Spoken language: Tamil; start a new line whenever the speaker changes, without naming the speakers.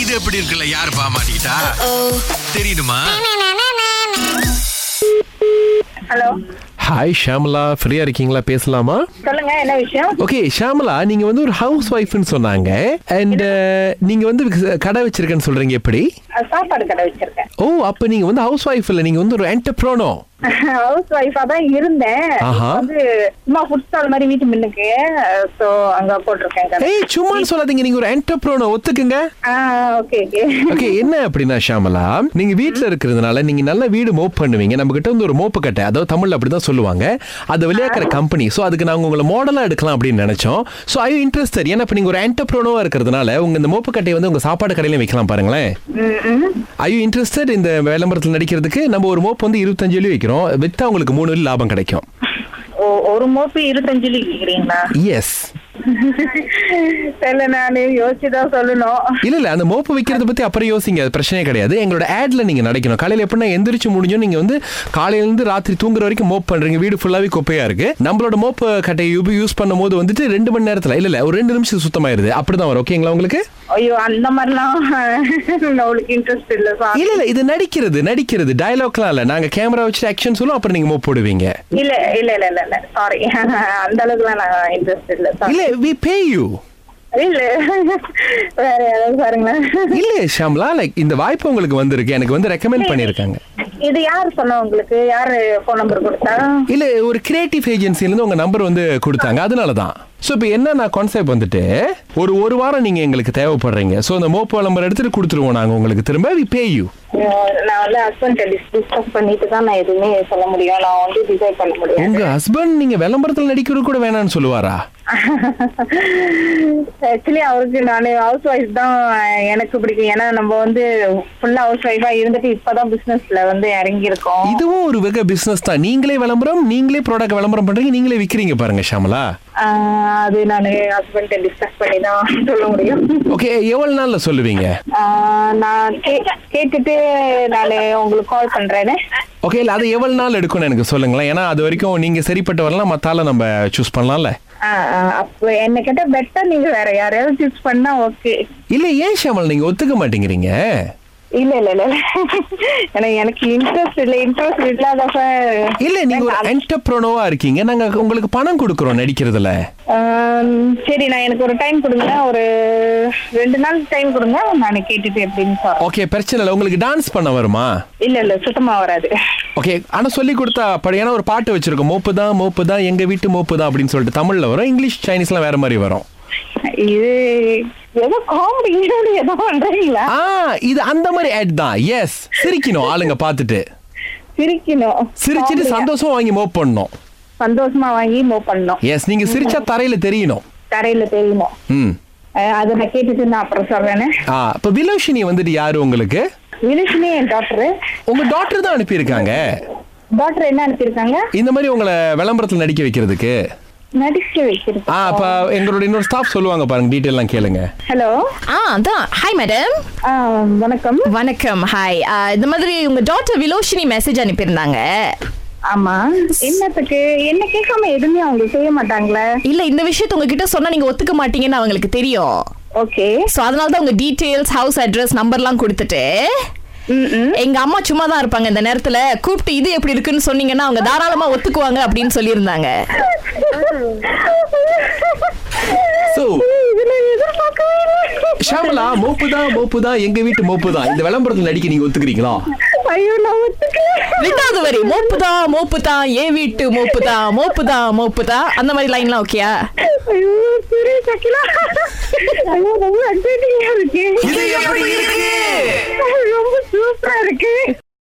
இது எப்படி இருக்குல்ல யாரு பாமாட்டா தெரியுமா
ஹலோ
ஹாய் ஷாமலா ஃப்ரீயா இருக்கீங்களா பேசலாமா
சொல்லுங்க என்ன விஷயம்
ஓகே ஷாமலா நீங்க வந்து ஒரு ஹவுஸ் ஒய்ஃப்னு சொன்னாங்க அண்ட் நீங்க வந்து கடை வச்சிருக்கேன்னு சொல்றீங்க எப்படி
அஹ் சாப்பாடு கடை வச்சிருக்கேன்
ஓ அப்ப நீங்க வந்து ஹவுஸ் ஒய்ஃப் இல்ல நீங்க வந்து ஒரு என்டர்பிரோனோ
ஹவுஸ் ஒய்ஃபா தான் இருந்தேன் இப்ப
ஆஹா.
வந்து சும்மா ஃபுட் ஸ்டால் மாதிரி வீட்டு மின்னுக்கு சோ அங்க போட்டிருக்கேன் கடை
ஏய் சும்மான்னு சொல்லாதீங்க நீங்க ஒரு என்டர்பிரோனோ ஒத்துக்குங்க
ஓகே ஓகே
ஓகே என்ன அப்படின்னா ஷாமலா நீங்க வீட்ல இருக்கிறதுனால நீங்க நல்ல வீடு மோப் பண்ணுவீங்க நம்ம கிட்ட வந்து ஒரு மோப்பு கட்டை அதாவது தமிழ்ல அப்படிதான் சொல்லுவாங்க அதை விளையாக்குற கம்பெனி சோ அதுக்கு நாங்க உங்களை மாடலா எடுக்கலாம் அப்படின்னு நினைச்சோம் சோ ஐ இன்ட்ரெஸ்டட் ஏன்னா இப்ப நீங்க ஒரு என்டர்பிரோனோவா இருக்கிறதுனால உங்க இந்த மோப்பு கட்டையை வந்து உங்க சாப்பாடு கடையில வைக்கலாம் பாருங்களேன் ஐ இன்ட்ரெஸ்டட் இந்த விளம்பரத்தில் நடிக்கிறதுக்கு நம்ம ஒரு மோப்பு வந்து இருபத்தஞ்சு வெள்ளி வைக்கிறோம் வித்தா உங்களுக்கு மூணு வெள்ளி லாபம் கிடைக்கும்
ஒ- ஒரு மோப்பு இருபத்தஞ்சு கேக்குறீங்களா
எஸ்
தெரியல நானு யோசிச்சுதான் சொல்லணும்
இல்ல இல்ல அந்த மோப்பு வைக்கிறத பத்தி அப்புறம் யோசிங்க அது பிரச்சனையே கிடையாது எங்களோட ஆட்ல நீங்க நடிக்கணும் காலையில எப்படின்னா எந்திரிச்சு முடிஞ்சோ நீங்க வந்து காலையில இருந்து ராத்திரி தூங்குற வரைக்கும் மோப் பண்றீங்க வீடு ஃபுல்லாவே குப்பையா இருக்கு நம்மளோட மோப்பு கட்டையை யூஸ் பண்ணும் போது வந்துட்டு ரெண்டு மணி நேரத்துல இல்ல இல்ல ஒரு ரெண்டு நிமிஷம் சுத்தமாயிருது அப்படிதான் வரும் ஓகேங்களா உங்களுக்கு
ஐயோ அந்த மாதிரிலாம் அவளுக்கு இன்ட்ரெஸ்ட் இல்ல சார்
இல்ல இல்ல இது நடிக்கிறது நடிக்கிறது டயலாக்லாம் இல்ல நாங்க கேமரா வச்சு ஆக்ஷன் சொல்லுவோம் அப்புறம் நீங்க மோப் போடுவீங்க
இல்ல இல்ல இல்ல இல்ல இல்ல சாரி அந்த அளவுக்குலாம் நான் இன்ட்ரெஸ்ட் இல்ல sorry.
இல்ல வி பே யூ
இல்ல வேற யாராவது பாருங்களேன்
இல்ல ஷாம்லா லைக் இந்த வாய்ப்பு உங்களுக்கு வந்திருக்கு எனக்கு வந்து ரெக்கமெண்ட் பண்ணிருக்காங்க
இது யார் சொன்னா உங்களுக்கு யாரு போன் நம்பர் கொடுத்தா
இல்ல ஒரு கிரியேட்டிவ் ஏஜென்சில இருந்து உங்க நம்பர் வந்து கொடுத்தாங்க அதனால தான் சோ இப்போ என்ன நான் கான்செப்ட் வந்துட்டு ஒரு ஒரு வாரம் நீங்க எங்களுக்கு தேவைப்படுறீங்க சோ அந்த மோப்போ நம்பர் எடுத்துட்டு கொடுத்துருவோம் நாங்க உங்களுக்கு திரும்ப வி பே யூ
அஹ் நான் வந்து ஹஸ்பண்ட் டிஸ்கஸ் பண்ணிட்டு தான் நான் எதுவுமே சொல்ல முடியும் நான் வந்து டிசைட் பண்ண முடியாது
உங்க ஹஸ்பண்ட் நீங்க விளம்பரத்துல நடிக்கிறது கூட வேணாம்னு சொல்லுவாரா
ஆக்சுவலி அவருக்கு நான் ஹவுஸ் ஒய்ஃப் தான் எனக்கு பிடிக்கும் ஏன்னா நம்ம வந்து ஃபுல்லா ஹவுஸ் ஒய்ஃபா இருந்துட்டு இப்பதான் பிசினஸ்ல வந்து இறங்கி இருக்கோம்
இதுவும் ஒரு வெக பிசினஸ் தான் நீங்களே விளம்பரம் நீங்களே ப்ராடக்ட் விளம்பரம் பண்றீங்க நீங்களே விக்கிறீங்க பாருங்க ஷாமலா
அஹ் அது நான் ஹஸ்பண்ட் டிஸ்கஸ் பண்ணி தான் சொல்ல முடியும்
ஓகே எவ்வளவு நாள்ல சொல்லுவீங்க
அஹ் நான் கே- கேட்டுட்டு நான் உங்களுக்கு கால் பண்றேனே
ஓகே இல்ல அது எவ்வளவு நாள் எடுக்கும்னு எனக்கு சொல்லுங்களேன் ஏன்னா அது வரைக்கும் நீங்க சரிப்பட்டு வரலாம் மத்தால நம்ம சூஸ் பண்ணலாம்ல
அஹ் அஹ் அப்ப என்ன கேட்டா பெட்டர் நீங்க வேற யாரையாவது சூஸ் பண்ணா ஓகே
இல்ல ஏன் ஷாமல் நீங்க ஒத்துக்க மாட்டேங்கிறீங்க
இல்ல இல்ல இல்ல இல்ல எனக்கு இன்ட்ரெஸ்ட் இல்ல இன்ட்ரெஸ்ட் இல்லாதப்ப
இல்ல நீங்க ஒரு
நான்-
என்டர்பிரனோவா இருக்கீங்க நாங்க உங்களுக்கு பணம் கொடுக்கறோம் நடிக்கிறதுல
ஆம், சரி நான் எனக்கு ஒரு டைம் கொடுங்க ஒரு ரெண்டு நாள் டைம் கொடுங்க நான் கேட்டுட்டு எப்படின்னு சொல்றேன்
ஓகே பிரச்சனை இல்ல உங்களுக்கு டான்ஸ் பண்ண வருமா
இல்ல இல்ல சுத்தமா வராது
ஓகே ஆனா சொல்லி கொடுத்தா படி ஏன்னா ஒரு பாட்டு வச்சிருக்கோம் மோப்பு தான் மோப்பு தான் எங்க வீட்டு மோப்பு தான் அப்படின்னு சொல்லிட்டு தமிழ்ல வரும் இங்கிலீஷ் சைனீஸ்லாம் வேற மாதிரி வரும்
இது ஏதோ காமெடி ஏதோ பண்றீங்களா
ஆ இது அந்த மாதிரி ஆட் தான் எஸ் சிரிக்கணும் ஆளுங்க பார்த்துட்டு
சிரிக்கணும்
சிரிச்சிட்டு
Comedy-ஆ.
சந்தோஷம் வாங்கி மோப் பண்ணணும்
சந்தோஷமா வாங்கி மூவ் பண்ணணும்
எஸ் நீங்க சிரிச்சா தரையில தெரியணும்
தரையில தெரியணும்
ம்
அஹ் அதை நான் கேட்டுட்டு நான் அப்புறம் சொல்றேனே
ஆ இப்ப விலோஷினி வந்துட்டு யாரு உங்களுக்கு
வினுஷினி என் டாக்டர்
உங்க டாக்டர் தான் அனுப்பியிருக்காங்க
டாக்டர் என்ன அனுப்பியிருக்காங்க
இந்த மாதிரி உங்களை விளம்பரத்துல நடிக்க வைக்கிறதுக்கு
நடிக்க
ஆ அப்ப
வச்சிருக்கேன்
எங்களோட இன்னொரு ஸ்டாஃப் சொல்லுவாங்க பாருங்க டீடைல் எல்லாம் கேளுங்க
ஹலோ
ஆ அதான் ஹாய் மேடம்
ஆ, வணக்கம்
வணக்கம் ஹாய் இந்த மாதிரி உங்க டாட்டர் விலோஷினி மெசேஜ் அனுப்பியிருந்தாங்க
ஆமா என்னத்துக்கு என்ன கேட்காம எதுவுமே அவங்க செய்ய மாட்டாங்களே
இல்ல இந்த விஷயத்தை உங்ககிட்ட சொன்னா நீங்க ஒத்துக்க மாட்டீங்கன்னு அவங்களுக்கு தெரியும்
ஓகே
சோ அதனால தான் உங்க டீடைல்ஸ் ஹவுஸ் அட்ரஸ் நம்பர்லாம் கொடுத்துட்டு எங்க அம்மா சும்மா தான் இருப்பாங்க இந்த நேரத்துல கூப்பிட்டு இது எப்படி இருக்குன்னு சொன்னீங்கன்னா அவங்க தாராளமா ஒத்துக்குவாங்க அப்படின்னு சொல்லியிருந்தாங்க
சோ ஷாமலா மோப்பு தான் மோப்பு தான் எங்க வீட்டு மோப்பு தான் இந்த விளம்பரத்துல நடிக்க நீங்க ஒத்துக்கிறீங்களா
ஐயோ நான் ஒத்துக்கல.
ரெண்டாவது வரி மோப்புதா மோப்புதா ஏ வீட்டு மோப்புதா மோப்புதா மோப்புதா அந்த மாதிரி லைன்லாம் ஓகேயா
ஐயோ, சரி, சகிலா. ஐயோ, ரொம்ப exciting-ஆ இருக்கு.
இது எப்படி இருக்கு?
ரொம்ப super-ஆ இருக்கு